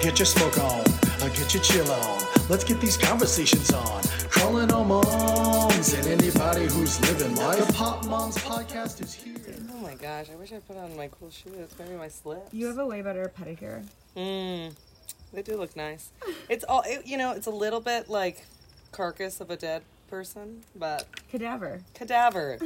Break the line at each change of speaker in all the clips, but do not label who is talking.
Get your smoke on, or get your chill on. Let's get these conversations on. Calling all moms and anybody who's living life. The Pop Moms Podcast is here.
Oh my gosh, I wish I put on my cool shoe. That's maybe my slip.
You have a way better pedicure.
Mm, they do look nice. It's all, it, you know, it's a little bit like carcass of a dead person, but
Cadaver.
cadaver.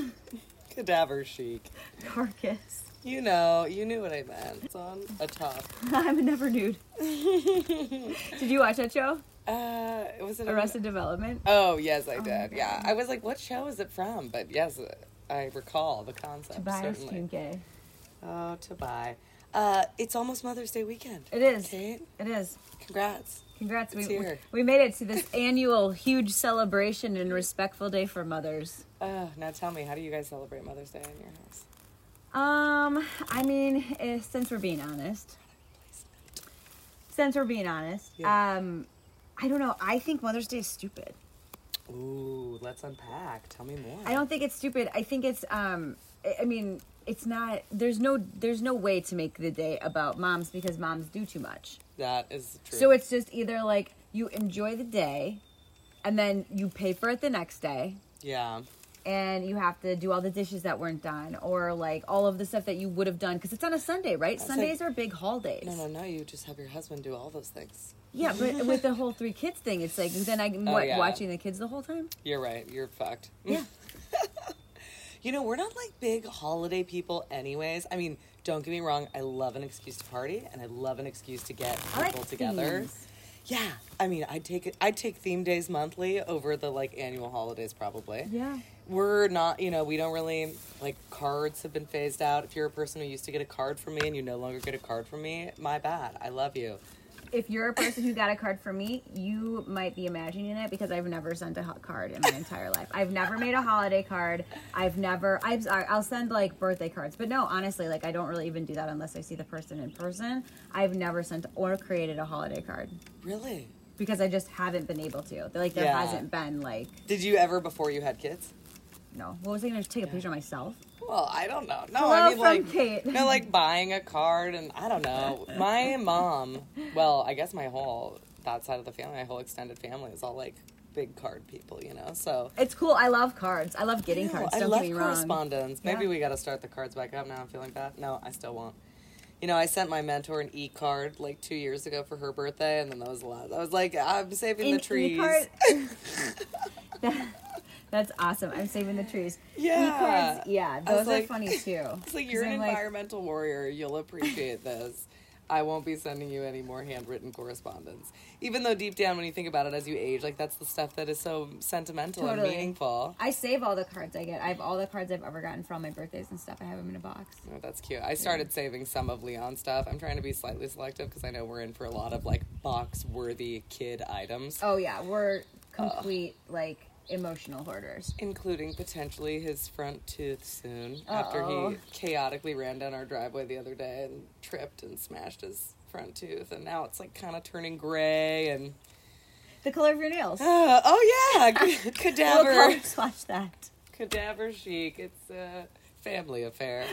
cadaver chic.
Carcass.
You know, you knew what I meant. It's on a top.
I'm never nude. Did you watch that show?
Uh, was it an-
Arrested Development?
Oh, yes, I
my
did. yeah. I was like, what show is it from? But yes, I recall the concept.
Tobias
certainly.
Kinke.
Oh, to buy. Uh, it's almost Mother's Day weekend.
It is.
Kate,
It is.
congrats.
Congrats. We,
It's
we,
here.
we made it to this annual huge celebration and respectful day for mothers.
Oh, now tell me, how do you guys celebrate Mother's Day in your house?
Um, I mean, eh, since we're being honest, since we're being honest,
Yeah.
um, I don't know. I think Mother's Day is stupid.
Ooh, let's unpack. Tell me more.
I don't think it's stupid. I think it's um I- I mean, it's not there's no there's no way to make the day about moms because moms do too much.
That is true.
So it's just either like you enjoy the day and then you pay for it the next day
yeah,
and you have to do all the dishes that weren't done or like all of the stuff that you would have done cuz it's on a Sunday, right?
That's like-
Sundays are big holidays.
no, no, no. You just have your husband do all those things.
Yeah, but with the whole three kids thing, it's like then I'm
Oh,
what,
yeah.
watching the kids the whole time.
You're right. You're fucked.
Yeah.
You know, we're not like big holiday people, anyways. I mean, don't get me wrong. I love an excuse to party, and I love an excuse to get
I
people
like
together.
themes.
Yeah, I mean, I'd take it. I'd take theme days monthly over the like annual holidays, probably.
Yeah.
we're not, you know, we don't really like cards have been phased out. If you're a person who used to get a card from me and you no longer get a card from me, my bad. I love you.
if you're a person who got a card from me, you might be imagining it because I've never sent a ho- card in my entire life. I've never made a holiday card. I've never. I've, I'll send like birthday cards, but no, honestly, like I don't really even do that unless I see the person in person. I've never sent or created a holiday card
Really?
because I just haven't been able to. Like there
Yeah.
hasn't been like
Did you ever before you had kids?
no. What was I going to take a picture of myself?
Well, I don't know. No,
Hello
Oh, I mean
from
like
Kate.
no, like buying a card and I don't know. My mom, well, I guess my whole that side of the family, my whole extended family is all like big card people, you know. So
It's cool. I love cards. I love getting
No,
cards.
I
Don't
love
get me wrong.
correspondence. Maybe
Yeah.
we got to start the cards back up now. I'm feeling bad. No, I still won't. You know, I sent my mentor an e card like two years ago for her birthday, and then that was the last. I was like, I'm saving
An
the trees.
e-card- That's awesome. I'm saving the trees.
Yeah.
E-cards, yeah,
I was
those are
like-
funny too.
It's like
'Cause
you're an
I'm
environmental warrior. You'll appreciate this. I won't be sending you any more handwritten correspondence. Even though deep down, when you think about it, as you age, like that's the stuff that is so sentimental
Totally.
and meaningful.
I save all the cards I get. I have all the cards I've ever gotten for all my birthdays and stuff. I have them in a box.
Oh, that's cute. I started saving some of Leon stuff. I'm trying to be slightly selective because I know we're in for a lot of like box worthy kid items,
Oh yeah, we're complete like emotional hoarders.
including potentially his front tooth soon after
Uh-oh.
he chaotically ran down our driveway the other day and tripped and smashed his front tooth. And now it's like kind of turning gray and.
The color of your nails.
Uh, oh, yeah.
We'll
Cadaver.
color swatch that.
Cadaver chic. It's a family affair.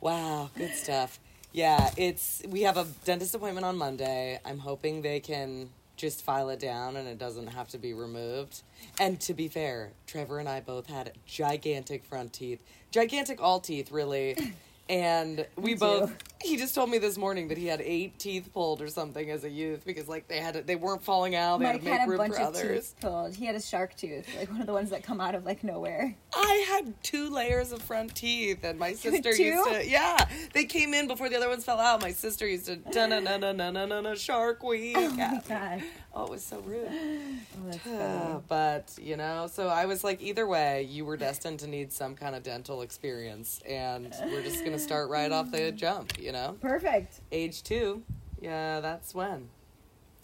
Wow, good stuff. Yeah, it's we have a dentist appointment on Monday. I'm hoping they can just file it down and it doesn't have to be removed. And to be fair, Trevor and I both had gigantic front teeth, gigantic all teeth, really. And we both. He just told me this morning that he had eight teeth pulled or something as a youth because like they had they weren't falling out. They had to
Mike
Oh, make
had a
room
bunch
for
of
others.
teeth pulled. He had a shark tooth, like one of the ones that come out of like nowhere.
I had two layers of front teeth, and my sister
two?
used to. Yeah, they came in before the other ones fell out. My sister used to na na na na na na na Shark Week. Oh,
God.
oh, it was so rude.
Oh, that's
Uh, but you know, so I was like, either way, you were destined to need some kind of dental experience, and we're just gonna start right off the jump. You know,
perfect.
age two. Yeah, that's when.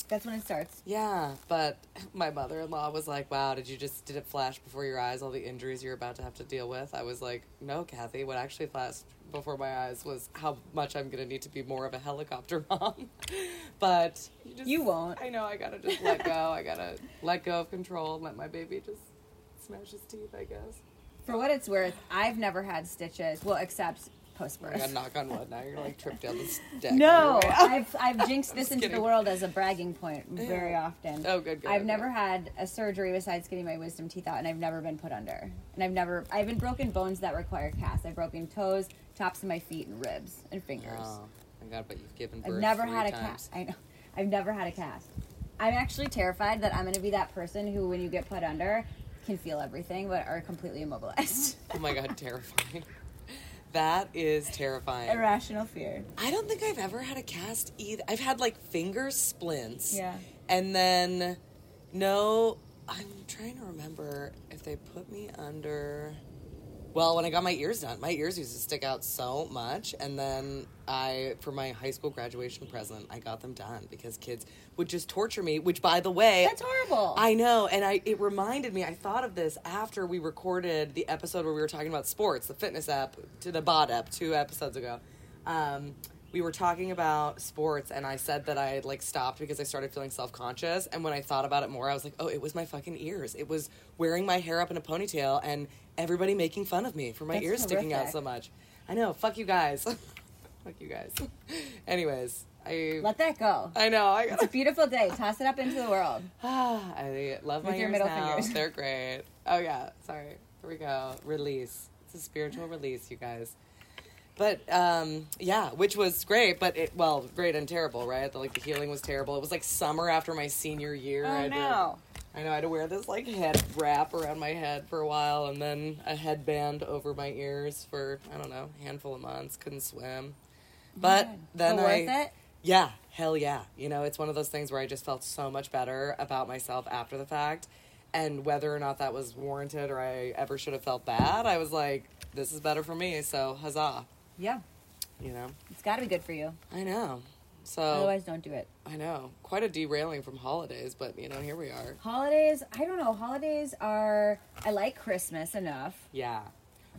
That's when it starts.
Yeah, but my mother in law was like, "Wow, did you just did it flash before your eyes all the injuries you're about to have to deal with?" I was like, "No, Kathy. What actually flashed before my eyes was how much I'm gonna need to be more of a helicopter mom." but you, just,
You won't.
I know. I gotta just let go. I gotta let go of control and let my baby just smash his teeth. I guess.
For what it's worth, I've never had stitches. Well, except post
I got
birth.
knock on wood. Now you're gonna, like trip down the stack.
No, I've I've jinxed this into the
kidding.
world as a bragging point very often.
Oh, good, good,
I've
good,
never
good.
had a surgery besides getting my wisdom teeth out, and I've never been put under. And I've never I haven't broken bones that require casts. I've broken toes, tops of my feet, and ribs and fingers.
Oh my god! But you've given birth.
I've never
three
had a
times.
cast. I know. I've never had a cast. I'm actually terrified that I'm going to be that person who, when you get put under, can feel everything but are completely immobilized.
Oh my god! Terrifying. That is terrifying.
Irrational fear.
I don't think I've ever had a cast either. I've had like finger splints.
Yeah.
And then, no, I'm trying to remember if they put me under. Well, when I got my ears done, my ears used to stick out so much. And then I, for my high school graduation present, I got them done because kids would just torture me, which, by the way,
That's horrible.
I know, and I it reminded me. I thought of this after we recorded the episode where we were talking about sports, the fitness app, to the bot app, two episodes ago. Um, we were talking about sports, and I said that I had like stopped because I started feeling self conscious. And when I thought about it more, I was like, oh, it was my fucking ears. It was wearing my hair up in a ponytail and everybody making fun of me for my
That's
ears sticking out
horrific.
so much. I know. Fuck you guys. fuck you guys. Anyways, I
Let that go.
I know. I
It's
gotta
a beautiful day. Toss it up into the world.
Ah, I love my
With your
ears
middle
now.
fingers.
They're great. Oh yeah, sorry. Here we go. Release. It's a spiritual release, you guys. But um, yeah, which was great, but it well, great and terrible, right? The, like the healing was terrible. It was like summer after my senior year.
Oh,
I had to-
no.
I know I had to wear this like head wrap around my head for a while, and then a headband over my ears for I don't know, a handful of months. Couldn't swim, but then
but worth
I
it.
yeah, hell yeah. You know, it's one of those things where I just felt so much better about myself after the fact. And whether or not that was warranted or I ever should have felt bad, I was like, this is better for me, so huzzah.
Yeah,
You know?
it's got to be good for you.
I know. So,
Otherwise, don't do it.
I know. Quite a derailing from holidays, but you know, here we are.
Holidays. I don't know. Holidays are. I like Christmas enough.
Yeah.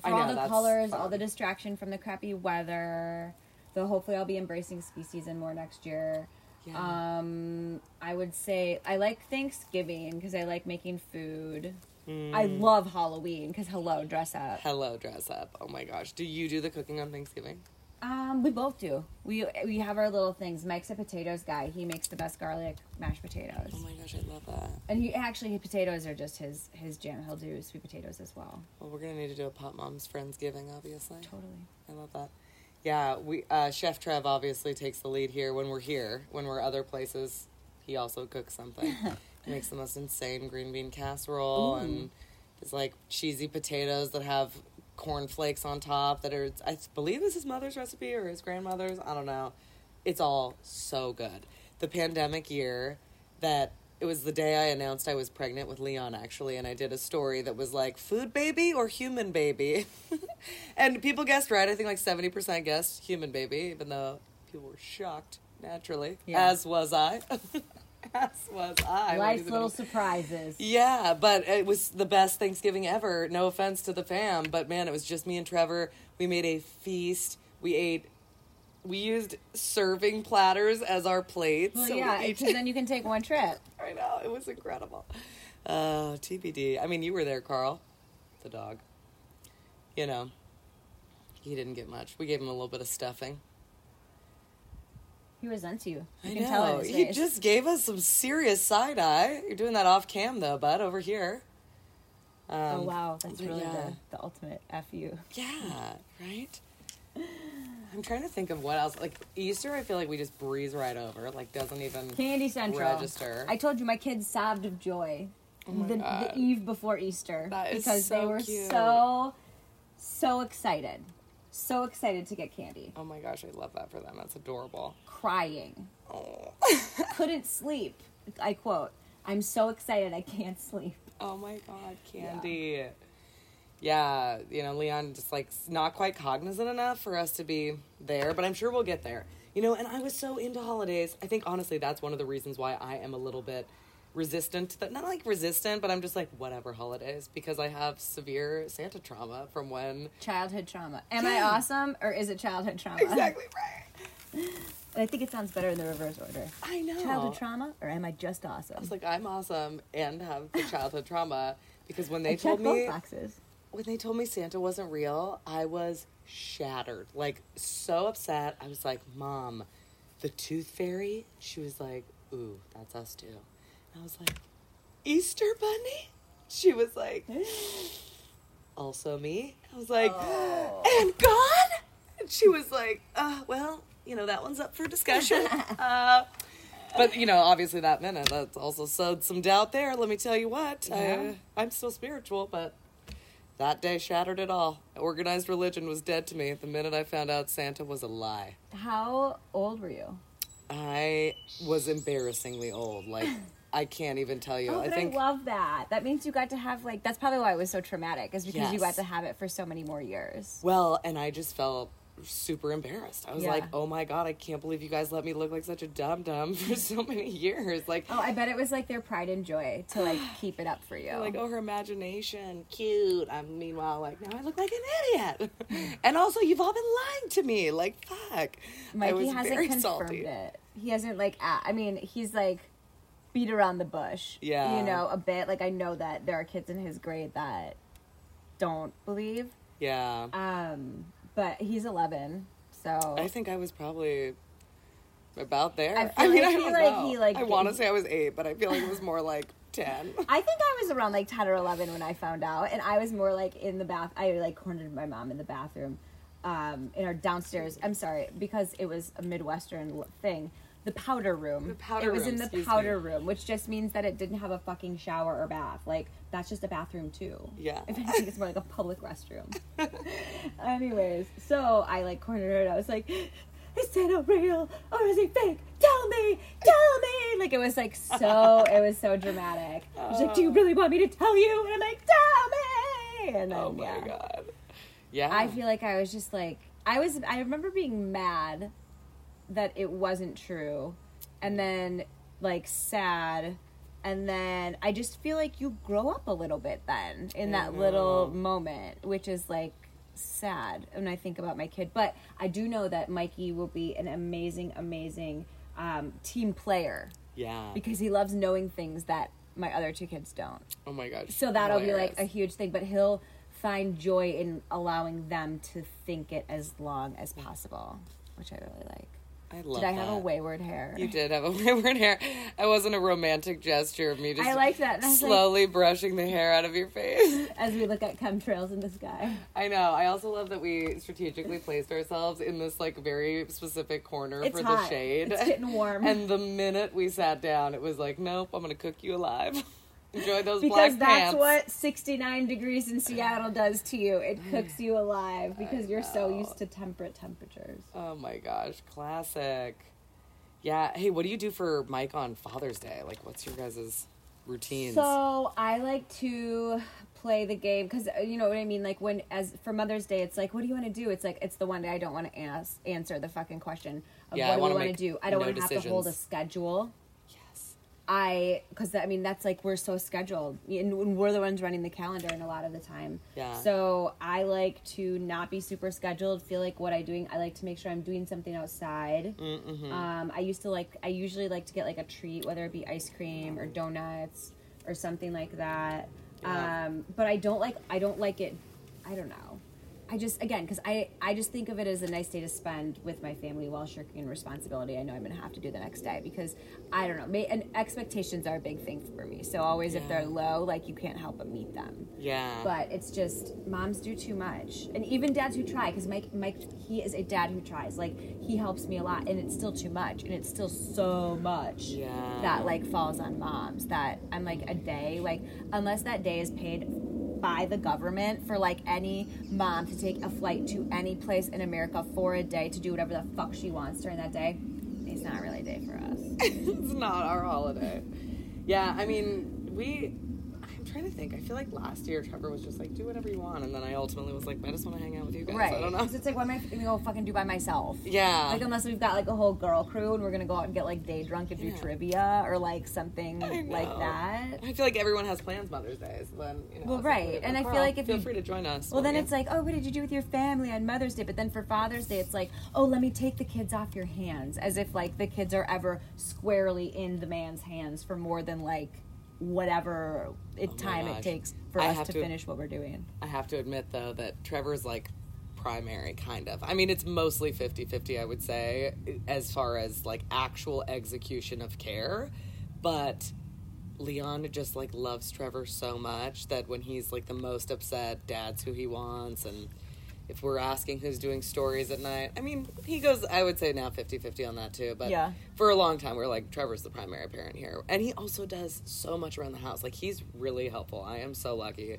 for
I know.
all the
that's
colors, all
fun.
the distraction from the crappy weather. Though hopefully I'll be embracing species and more next year.
Yeah.
Um, I would say I like Thanksgiving because I like making food. I
Mm.
love Halloween because hello, dress up.
Hello, dress up. Oh my gosh. Do you do the cooking on Thanksgiving?
Um, we both do. We we have our little things. Mike's a potatoes guy. He makes the best garlic mashed potatoes.
Oh my gosh, I love that.
And he actually his potatoes are just his his jam. He'll do sweet potatoes as well.
Well, we're going to need to do a Pop Mom's Friendsgiving, obviously.
Totally.
I love that. Yeah, we uh, Chef Trev obviously takes the lead here when we're here. When we're other places, he also cooks something. he makes the most insane green bean casserole and it's like cheesy potatoes that have cornflakes on top that are I believe this is mother's recipe or his grandmother's, I don't know. It's all so good. The pandemic year that it was the day I announced I was pregnant with Leon, actually, and I did a story that was like food baby or human baby. and people guessed right. I think like 70% guessed human baby, even though people were shocked naturally,
Yeah.
as was I. as was I. What do you
Life's
think
little
I'm-
surprises.
yeah, but it was the best Thanksgiving ever. No offense to the fam, but man, it was just me and Trevor. We made a feast. We ate. We used serving platters as our plates.
Well,
So we
yeah,
ate-
because then you can take one trip.
I know it was incredible. Uh, TBD. I mean, you were there, Carl, the dog. You know, he didn't get much. We gave him a little bit of stuffing.
He resents you. You
I
can tell
know.
in his
He
face.
just gave us some serious side eye. You're doing that off cam though, bud, over here. Um,
Oh wow, that's
but
really
yeah.
the, the ultimate fu.
Yeah, right? I'm trying to think of what else. Like Easter, I feel like we just breeze right over. Like doesn't even
Candy Central.
Register. Oh
I told you my kids sobbed of joy the, the
God.
eve before Easter
That is
because they
so
were
cute.
so so excited, so excited to get candy,
Oh my gosh, I love that for them. That's adorable.
crying,
Oh,
couldn't sleep. I quote, "I'm so excited I can't sleep."
oh my god, Candy. Yeah. you know, Leon just like s- not quite cognizant enough for us to be there, but I'm sure we'll get there. You know, and I was so into holidays. I think honestly that's one of the reasons why I am a little bit resistant to that. Not like resistant, but I'm just like whatever holidays because I have severe Santa trauma from when
Childhood trauma. Am I awesome or is it childhood trauma?
Exactly right.
I think it sounds better in the reverse order.
I know.
Childhood trauma or am I just awesome?
It's like I'm awesome and have the childhood trauma because when
I
they
check
told
both
me
boxes.
when they told me Santa wasn't real, I was shattered, like so upset. I was like, Mom, the tooth fairy? She was like, Ooh, that's us too. And I was like, Easter Bunny? She was like, Also me? I was like, And God? And she was like, uh, Well, you know, that one's up for discussion. uh, but you know, obviously that minute that's also sowed some doubt there. Let me tell you what,
Yeah.
I, I'm still spiritual, but that day shattered it all. Organized religion was dead to me the minute I found out Santa was a lie.
How old were you?
I was embarrassingly old. Like I can't even tell you.
Oh,
I
but
think
I love that. That means you got to have like that's probably why it was so traumatic is because you
Yes.
got to have it for so many more years.
well, and I just felt super embarrassed. I was
Yeah.
like, "Oh my god, I can't believe you guys let me look like such a dum dum for so many years." Like
Oh, I bet it was like their pride and joy to like keep it up for you.
Like, oh, her imagination, cute. I'm meanwhile like, now I look like an idiot. and also, you've all been lying to me. Like, fuck. I
Mikey
was
hasn't
very
confirmed
salty.
it. He hasn't like. a- I mean, he's like beat around the bush.
Yeah.
you know, a bit. Like I know that there are kids in his grade that don't believe,
Yeah,
um, but he's 11, so
I think I was probably about there.
I
I,
feel
mean,
like
I
he,
don't
like-
know.
he, Oh like,
I want to
didn't-
say I was eight, but I feel like it was more like ten.
I think I was around like 10 or 11 when I found out, and I was more like in the bath. I like cornered my mom in the bathroom um, in our downstairs. I'm sorry, because it was a Midwestern l- thing. The powder room. The
powder
It was
room,
in the
excuse
powder room, which just means that it didn't have a fucking shower or bath. Like, that's just a bathroom, too.
Yeah.
If anything, it's more like a public restroom. Anyways, so I like cornered her and I was like, is Santa real or is he fake? Tell me, tell me. Like it was like so, it was so dramatic. She's like, do
Oh.
you really want me to tell you? And I'm like, tell me. And then
oh my
yeah,
god. Yeah,
I feel like I was just like, I was, I remember being mad that it wasn't true, and then like sad. And then I just feel like you grow up a little bit then in that little moment, which is like sad when I think about my kid. But I do know that Mikey will be an amazing, amazing um, team player
yeah.
because he loves knowing things that my other two kids don't.
oh my gosh.
So that'll be like a
Hilarious.
huge thing, but he'll find joy in allowing them to think it as long as possible, which I really like.
I Mm. love
Did I have a
that.
wayward hair?
You did have a wayward hair. It wasn't a romantic gesture of me just
I like that, and I was like-
slowly brushing the hair out of your face.
As we look at chemtrails in the sky.
I know. I also love that we strategically placed ourselves in this like very specific corner
It's
for
hot.
the shade.
It's getting warm.
And the minute we sat down, it was like, nope, I'm gonna cook you alive. Enjoy those
Because
black pants.
that's what 69 degrees in Seattle does to you. It cooks you alive because you're so used to temperate temperatures.
Oh my gosh, classic. Yeah. Hey, what do you do for Mike on Father's Day? Like, what's your guys' routines?
So I like to play the game because you know what I mean. Like when as for Mother's Day, it's like, what do you want to do? It's like it's the one day I don't want to ask answer the fucking question of
Yeah, I
what do
wanna
I want
make
to do. I don't
no
want to have to hold a
decisions.
schedule.
yes.
I because I mean that's like we're so scheduled and and we're the ones running the calendar and a lot of the time.
Yeah.
So I like to not be super scheduled. Feel like what I'm doing. I like to make sure I'm doing something outside. Um, I used to like. I usually like to get like a treat, whether it be ice cream or donuts or something like that.
Yeah.
Um, but I don't like. I don't like it. I don't know. I just again because I I just think of it as a nice day to spend with my family while shirking responsibility. I know I'm gonna have to do the next day because I don't know. May, and expectations are a big thing for me. So always if they're low, like you can't help but meet them.
Yeah.
But it's just moms do too much, and even dads who try. Because Mike Mike he is a dad who tries. Like he helps me a lot, and it's still too much, and it's still so much
Yeah.
that like falls on moms. That I'm like a day like unless that day is paid by the government for like any mom to take a flight to any place in America for a day to do whatever the fuck she wants during that day. It's not really a day for us.
it's not our holiday. Yeah, I mean, we. I'm trying to think. I feel like last year Trevor was just like, do whatever you want, and then I ultimately was like, I just want to hang out with you guys.
right.
I don't know.
'Cause it's like, what am I going to go fucking do by myself?
Yeah.
Like unless we've got like a whole girl crew and we're gonna go out and get like day drunk and do
Yeah.
trivia or like something
I
like
know.
that.
I feel like everyone has plans Mother's Day, so then you know.
Well,
it's like,
right,
whatever.
and I feel
Carl,
like if
feel
you-
free to join us.
Well, then
won't
it's
you?
like, oh, what did you do with your family on Mother's Day? But then for Father's Day, it's like, oh, let me take the kids off your hands, as if like the kids are ever squarely in the man's hands for more than like whatever it,
Oh my
time it
gosh.
takes for
I
us
have
to
to-
finish what we're doing.
I have to admit though that Trevor's like primary kind of i mean it's mostly 50-50 i would say as far as like actual execution of care but leon just like loves trevor so much that when he's like the most upset dad's who he wants and if we're asking who's doing stories at night i mean he goes i would say now 50-50 on that too but
Yeah.
for a long time we are like trevor's the primary parent here and he also does so much around the house like he's really helpful i am so lucky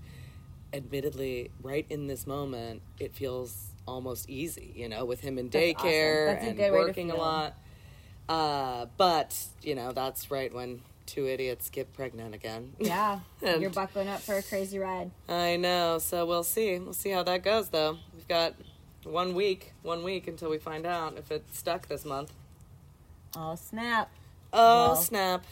admittedly, right in this moment, it feels almost easy, you know, with him in
That's awesome.
daycare
That's a
and
good way to
working a
feel.
lot. Uh, but, you know, that's right when two idiots get pregnant again.
Yeah.
And-
You're buckling up for a crazy ride.
I know. So we'll see. We'll see how that goes, though. We've got one week, one week until we find out if it's stuck this month.
Oh snap!
Oh,
Well.
snap.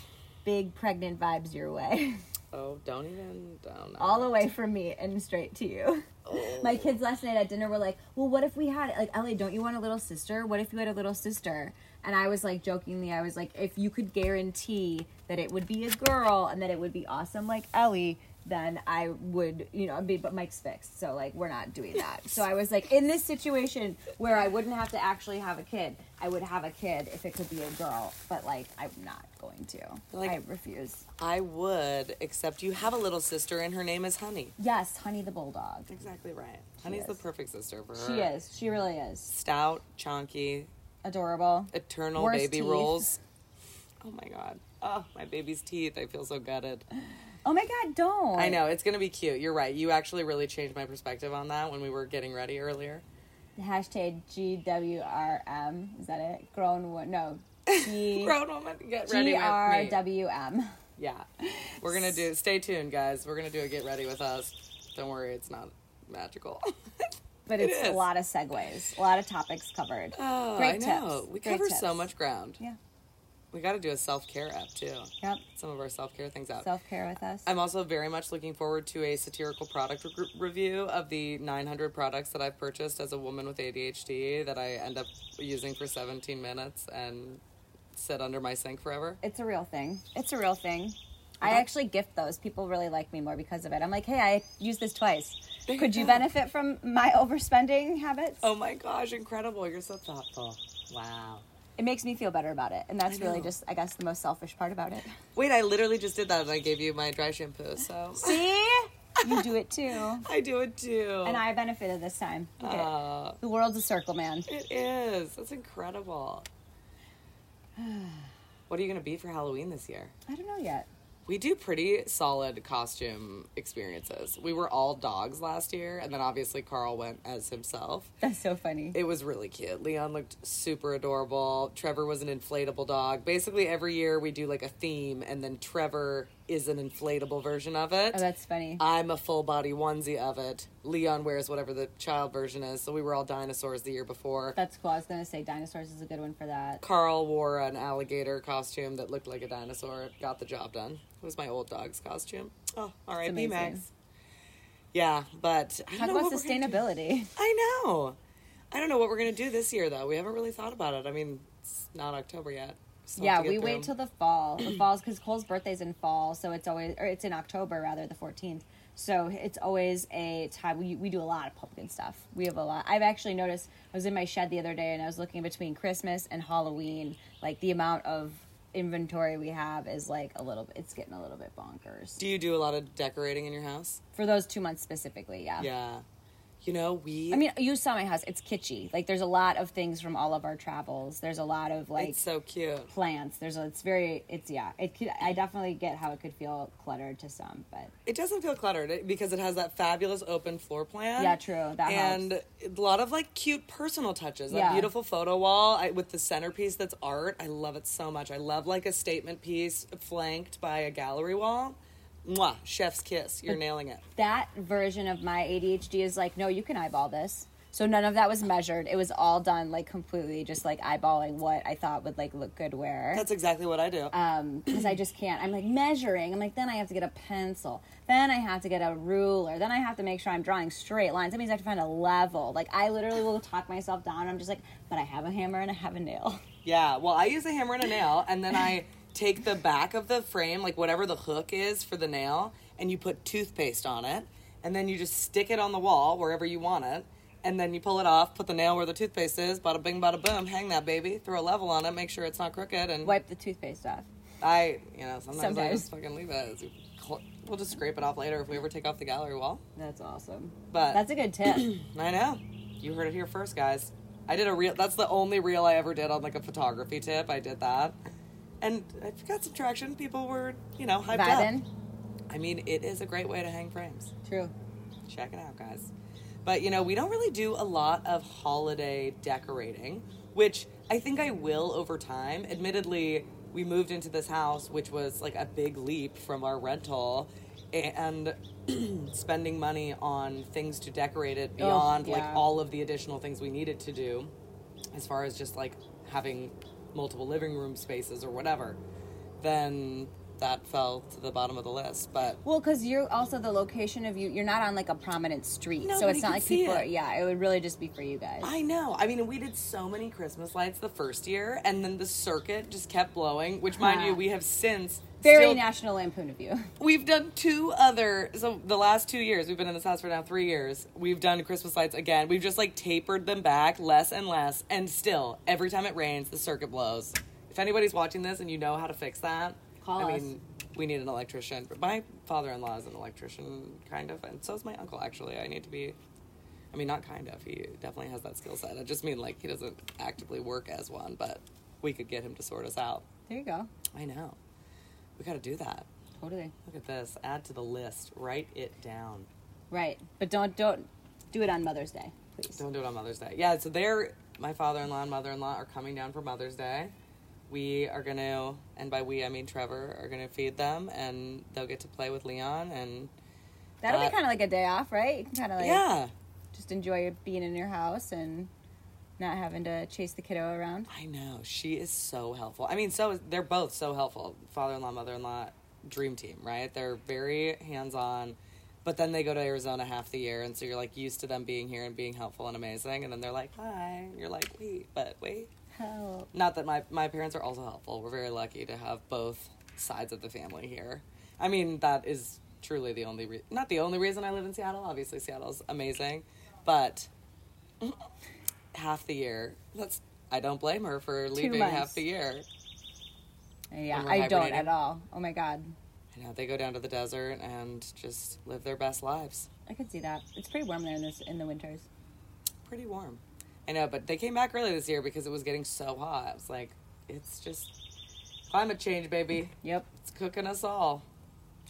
Big pregnant vibes your way.
Oh, don't even. Don't.
All the way from me and straight to you. My kids last night at dinner were like, Well, what if we had like Ellie, don't you want a little sister? What if you had a little sister? And I was like jokingly, I was like, if you could guarantee that it would be a girl and that it would be awesome like Ellie, then I would, you know, be but Mike's fixed. So like we're not doing that. So I was like, in this situation where I wouldn't have to actually have a kid, I would have a kid if it could be a girl. But like I'm not going to.
Like-
I refuse.
I would, except you have a little sister, and her name is Honey.
Yes, honey the bulldog.
Exactly right. Honey's the
is.
perfect sister for her.
She is. She really is.
stout, chunky,
Adorable.
eternal
Worse
baby
teeth.
rolls. Oh my god. Oh, my baby's teeth. I feel so gutted.
Oh my god, don't.
I know, it's gonna be cute. You're right. You actually really changed my perspective on that when we were getting ready earlier.
Hashtag GWRM. Is that it? Grown woman. No. G-
Grown woman, get ready with me.
GRWM.
Yeah. We're gonna do stay tuned guys. We're gonna do a get ready with us. Don't worry, it's not magical.
But
It
it's a
is.
lot of segues, a lot of topics covered.
oh,
Great
I know.
tips.
We
Great
cover so
tips.
much ground.
Yeah.
We gotta do a self care app too.
Yep.
Some of our self care things out.
Self care with us.
I'm also very much looking forward to a satirical product re- review of the 900 products that I've purchased as a woman with ADHD that I end up using for 17 minutes and sit under my sink forever.
it's a real thing. It's a real thing. I actually gift those. People really like me more because of it. I'm like, hey, I used this twice.
you
Could you
go.
benefit from my overspending habits?
Oh my gosh, incredible. You're so thoughtful. Wow.
It makes me feel better about it. And that's really
know.
just, I guess, the most selfish part about it.
Wait, I literally just did that and I gave you my dry shampoo, so
See? you do it too.
I do it too.
And I benefited this time. Look at it.
Uh,
The world's a circle, man.
it is. That's incredible. What are you going to be for Halloween this year?
I don't know yet.
We do pretty solid costume experiences. We were all dogs last year, and then obviously Carl went as himself.
That's so funny.
It was really cute. Leon looked super adorable. Trevor was an inflatable dog. Basically, every year we do like a theme, and then Trevor is an inflatable version of it.
Oh, that's funny.
I'm a full body onesie of it. Leon wears whatever the child version is. So we were all dinosaurs the year before.
That's cool. I was gonna say dinosaurs is a good one for that.
Carl wore an alligator costume that looked like a dinosaur. It got the job done. It was my old dog's costume. Oh, R.I.P.
amazing.
Max. Yeah, but I don't
Talk
know
about
what we're gonna do.
sustainability.
I know. I don't know what we're gonna do this year though. We haven't really thought about it. I mean, it's not October yet. Still have
Yeah,
to get
we
through
wait
them.
till the fall. The fall's because Cole's birthday's in fall, so it's always or it's in October rather, the fourteenth. So it's always a time we we do a lot of pumpkin stuff. We have a lot. I've actually noticed. I was in my shed the other day and I was looking between Christmas and Halloween. Like the amount of inventory we have is like a little. bit It's getting a little bit bonkers
Do you do a lot of decorating in your house?
for those two months specifically.
Yeah. You know, we
Uh, I mean, you saw my house. It's kitschy. Like, there's a lot of things from all of our travels. There's a lot of like
it's so cute.
plants. There's a, it's very it's yeah. It could I definitely get how it could feel cluttered to some, but
It doesn't feel cluttered it- because it has that fabulous open floor plan.
Yeah, true. That
and a lot of like cute personal touches. That
Yeah.
beautiful photo wall I, with the centerpiece that's art. I love it so much. I love like a statement piece flanked by a gallery wall. Mwah, chef's kiss. You're nailing it.
that version of my ADHD is like, no, you can eyeball this. So none of that was measured. It was all done like completely just like eyeballing what I thought would like look good where.
That's exactly what I do.
because I just can't. I'm like measuring. I'm like, then I have to get a pencil. Then I have to get a ruler. Then I have to make sure I'm drawing straight lines. That means I have to find a level. Like I literally will talk myself down. I'm just like, but I have a hammer and I have a nail.
yeah, well, I use a hammer and a nail, and then I take the back of the frame, like whatever the hook is for the nail, and you put toothpaste on it, and then you just stick it on the wall wherever you want it. and then you pull it off, put the nail where the toothpaste is, bada bing, bada boom, hang that baby, throw a level on it, make sure it's not crooked, and
Wipe the toothpaste off.
I, you know, sometimes, I
Sometimes.
just fucking leave it. as you cl- We'll just scrape it off later if we ever take off the gallery wall.
That's awesome.
But
That's a good tip.
I know. You heard it here first, guys. I did a reel. That's the only reel I ever did on like a photography tip. I did that, and I got some traction. People were, you know, hyped
Vibin.
up. I mean, it is a great way to hang frames.
True.
Check it out, guys. But you know, we don't really do a lot of holiday decorating, which I think I will over time. Admittedly, we moved into this house, which was like a big leap from our rental, and spending money on things to decorate it beyond like
yeah.
all of the additional things we needed to do, as far as just like having multiple living room spaces or whatever, then that fell to the bottom of the list. But
Well, because you're also the location of you. You're not on like a prominent street, so
Nobody
it's not
can
like
see
people.
it.
Are, yeah, it would really just be for you guys.
I know. I mean, we did so many Christmas lights the first year, and then the circuit just kept blowing. Which, mind you, we have since
Very
still-
National Lampoon of you.
We've done two other. So the last two years, we've been in this house for now three years. We've done Christmas lights again. We've just like tapered them back less and less, and still every time it rains, the circuit blows. If anybody's watching this and you know how to fix that,
Call
I
us.
mean, we need an electrician. But my father-in-law is an electrician, kind of, and so is my uncle. Actually, I need to be I mean, not kind of. He definitely has that skill set. I just mean like he doesn't actively work as one, but we could get him to sort us out.
There you go.
I know. We got to do that.
Totally.
Look at this. Add to the list. Write it down.
Right, but don't don't do it on Mother's Day, please.
Don't do it on Mother's Day. Yeah, so they're my father-in-law and mother-in-law are coming down for Mother's Day. We are going to and by we I mean Trevor are going to feed them and they'll get to play with Leon and
That'll
Uh,
be kind of like a day off, right? You can kind of like
yeah.
just enjoy your- being in your house and not having to chase the kiddo around.
I know she is so helpful. I mean, so is, they're both so helpful. Father-in-law, mother-in-law, dream team, right? They're very hands-on, but then they go to Arizona half the year, and so you're like used to them being here and being helpful and amazing, and then they're like, "Hi," and you're like, "Wait, but wait."
Help.
Not that my my parents are also helpful. We're very lucky to have both sides of the family here. I mean, that is truly the only re- not the only reason I live in Seattle. Obviously, Seattle's amazing, but half the year. That's I don't blame her for leaving
months.
half the year.
Yeah,
When we're
I don't
hibernating.
at all. Oh my god,
You know, they go down to the desert and just live their best lives.
I could see that. It's pretty warm there in this in the winters.
Pretty warm. I know, but they came back early this year because it was getting so hot. It's like it's just climate change, baby.
Yep,
It's cooking us all.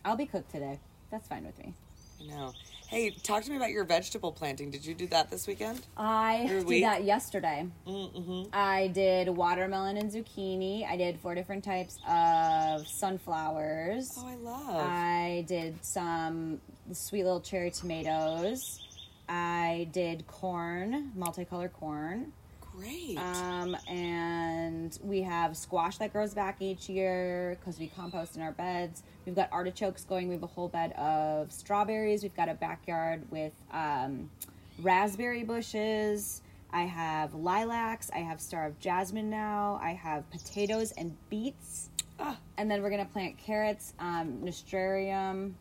I'll be cooked today. That's fine with me.
I know. Hey, talk to me about your vegetable planting. Did you do that this weekend?
I
Your
did
wheat?
that yesterday.
Mm-hmm.
I did watermelon and zucchini. I did four different types of sunflowers.
Oh, I love.
I did some sweet little cherry tomatoes. I did corn, multicolored corn.
Great.
Um, and we have squash that grows back each year because we compost in our beds. We've got artichokes going. We have a whole bed of strawberries. We've got a backyard with um, raspberry bushes. I have lilacs. I have star of jasmine now. I have potatoes and beets.
Ah.
And then we're going to plant carrots, um, nasturtium,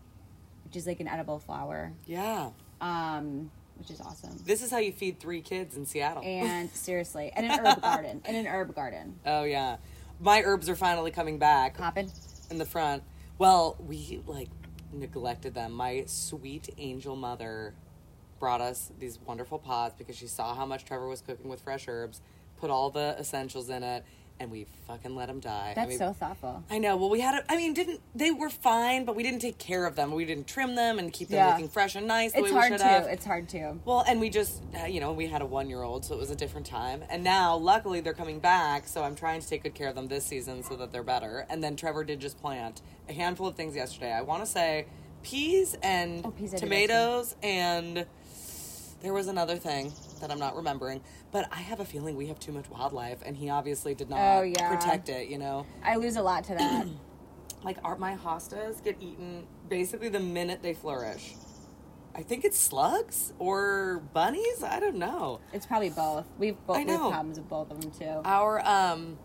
which is like an edible flower,
yeah.
um, which is awesome.
This is how you feed three kids in Seattle.
And seriously, and an herb garden. And an herb garden.
oh yeah. My herbs are finally coming back.
Poppin'.
in the front. Well, we like neglected them. My sweet angel mother brought us these wonderful pots because she saw how much Trevor was cooking with fresh herbs, put all the essentials in it, and we fucking let them die. I
That's
mean,
so thoughtful.
I know. Well, we had. A, I mean, didn't they were fine, but we didn't take care of them. We didn't trim them and keep them
Yeah.
looking fresh and nice. The
It's
way we
hard
should
to.
have.
It's hard to.
Well, and we just, uh, you know, we had a one year old, so it was a different time. And now, luckily, they're coming back, so I'm trying to take good care of them this season so that they're better. And then Trevor did just plant a handful of things yesterday. I want to say peas and
Oh, peas I did
tomatoes, and there was another thing that I'm not remembering. But I have a feeling we have too much wildlife, and he obviously did not
Oh, yeah.
protect it, you know?
I lose a lot to that.
like are my hostas get eaten basically the minute they flourish. I think it's slugs or bunnies. I don't know.
it's probably both. We've both
I
we have
know.
problems with both of them too.
Our um,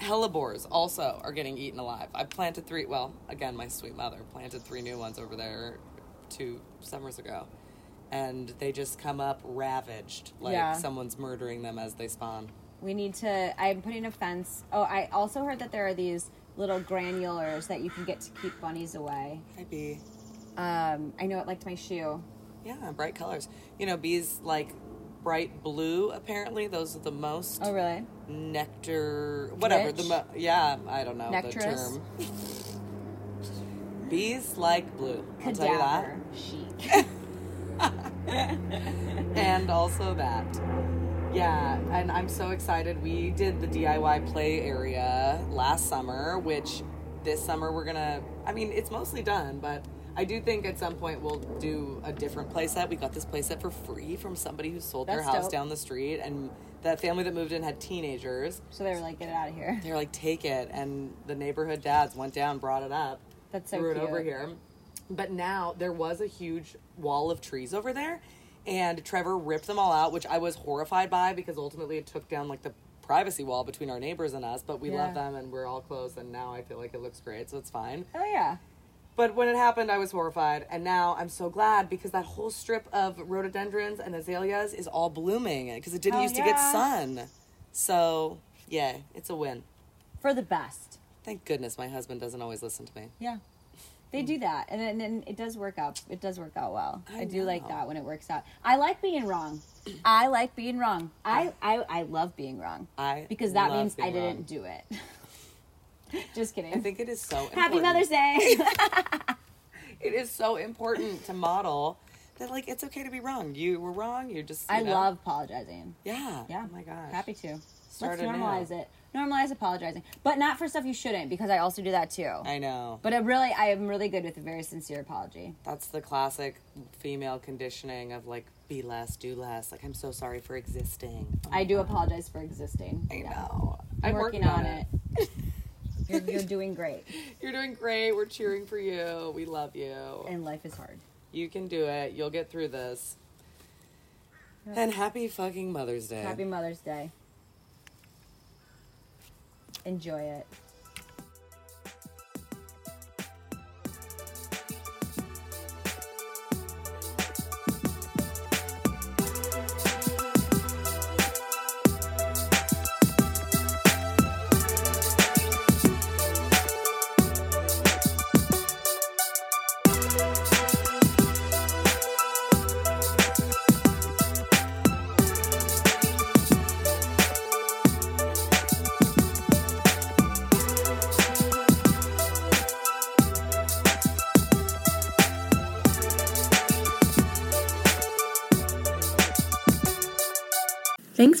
hellebores also are getting eaten alive. I planted three. Well, again, my sweet mother planted three new ones over there two summers ago, and they just come up ravaged, like
Yeah.
someone's murdering them as they spawn.
We need to. I'm putting a fence. Oh, I also heard that there are these little granulars that you can get to keep bunnies away.
Hi, bee.
Um, I know it liked my shoe.
Yeah, bright colors. You know, bees like bright blue. Apparently, those are the most
Oh, really?
nectar, whatever the
Rich?
mo- yeah, I don't know
Nectarous?
the term. Bees like blue. I'll tell you that.
Cadaver chic.
and also that. Yeah, and I'm so excited. We did the DIY play area last summer, which this summer we're gonna. I mean, it's mostly done, but I do think at some point we'll do a different playset. We got this playset for free from somebody who sold their
That's
house
dope.
down the street, and the family that moved in had teenagers.
So they were like, get it out of here.
They're like, take it, and the neighborhood dads went down, brought it up,
That's so
threw it
cute.
over here. But now there was a huge wall of trees over there, and Trevor ripped them all out, which I was horrified by because ultimately it took down like the privacy wall between our neighbors and us. But we love
Yeah.
them, and we're all close, and now I feel like it looks great, so it's fine.
Oh yeah.
But when it happened, I was horrified, and now I'm so glad because that whole strip of rhododendrons and azaleas is all blooming because it didn't
Hell
used to get
yeah.
sun. So yeah, it's a win.
For the best.
Thank goodness my husband doesn't always listen to me.
Yeah. They do that, and then and it does work out. It does work out well. I, do like that when it works out. I like being wrong. I like being wrong. I I, I love being wrong.
I
because that
love
means I
being
didn't
wrong.
do it. Just kidding.
I think it is so important.
Happy Mother's Day.
It is so important to model that like it's okay to be wrong. You were wrong. You're just. you
I
know.
love apologizing.
Yeah.
Yeah.
Oh my gosh.
Happy to.
Start
Let's
it now.
normalize it. Normalize apologizing, but not for stuff you shouldn't, because I also do that too.
I know.
but I really, I am really good with a very sincere apology.
That's the classic female conditioning of like be less, do less. Like I'm so sorry for existing.
I do apologize for existing.
I
Yeah.
know.
I'm
I'm
working, on it. you're, you're doing great,
You're doing great. We're cheering for you. We love you.
and life is hard.
You can do it. You'll get through this. And happy fucking Mother's Day.
Happy Mother's Day. Enjoy it.
Thanks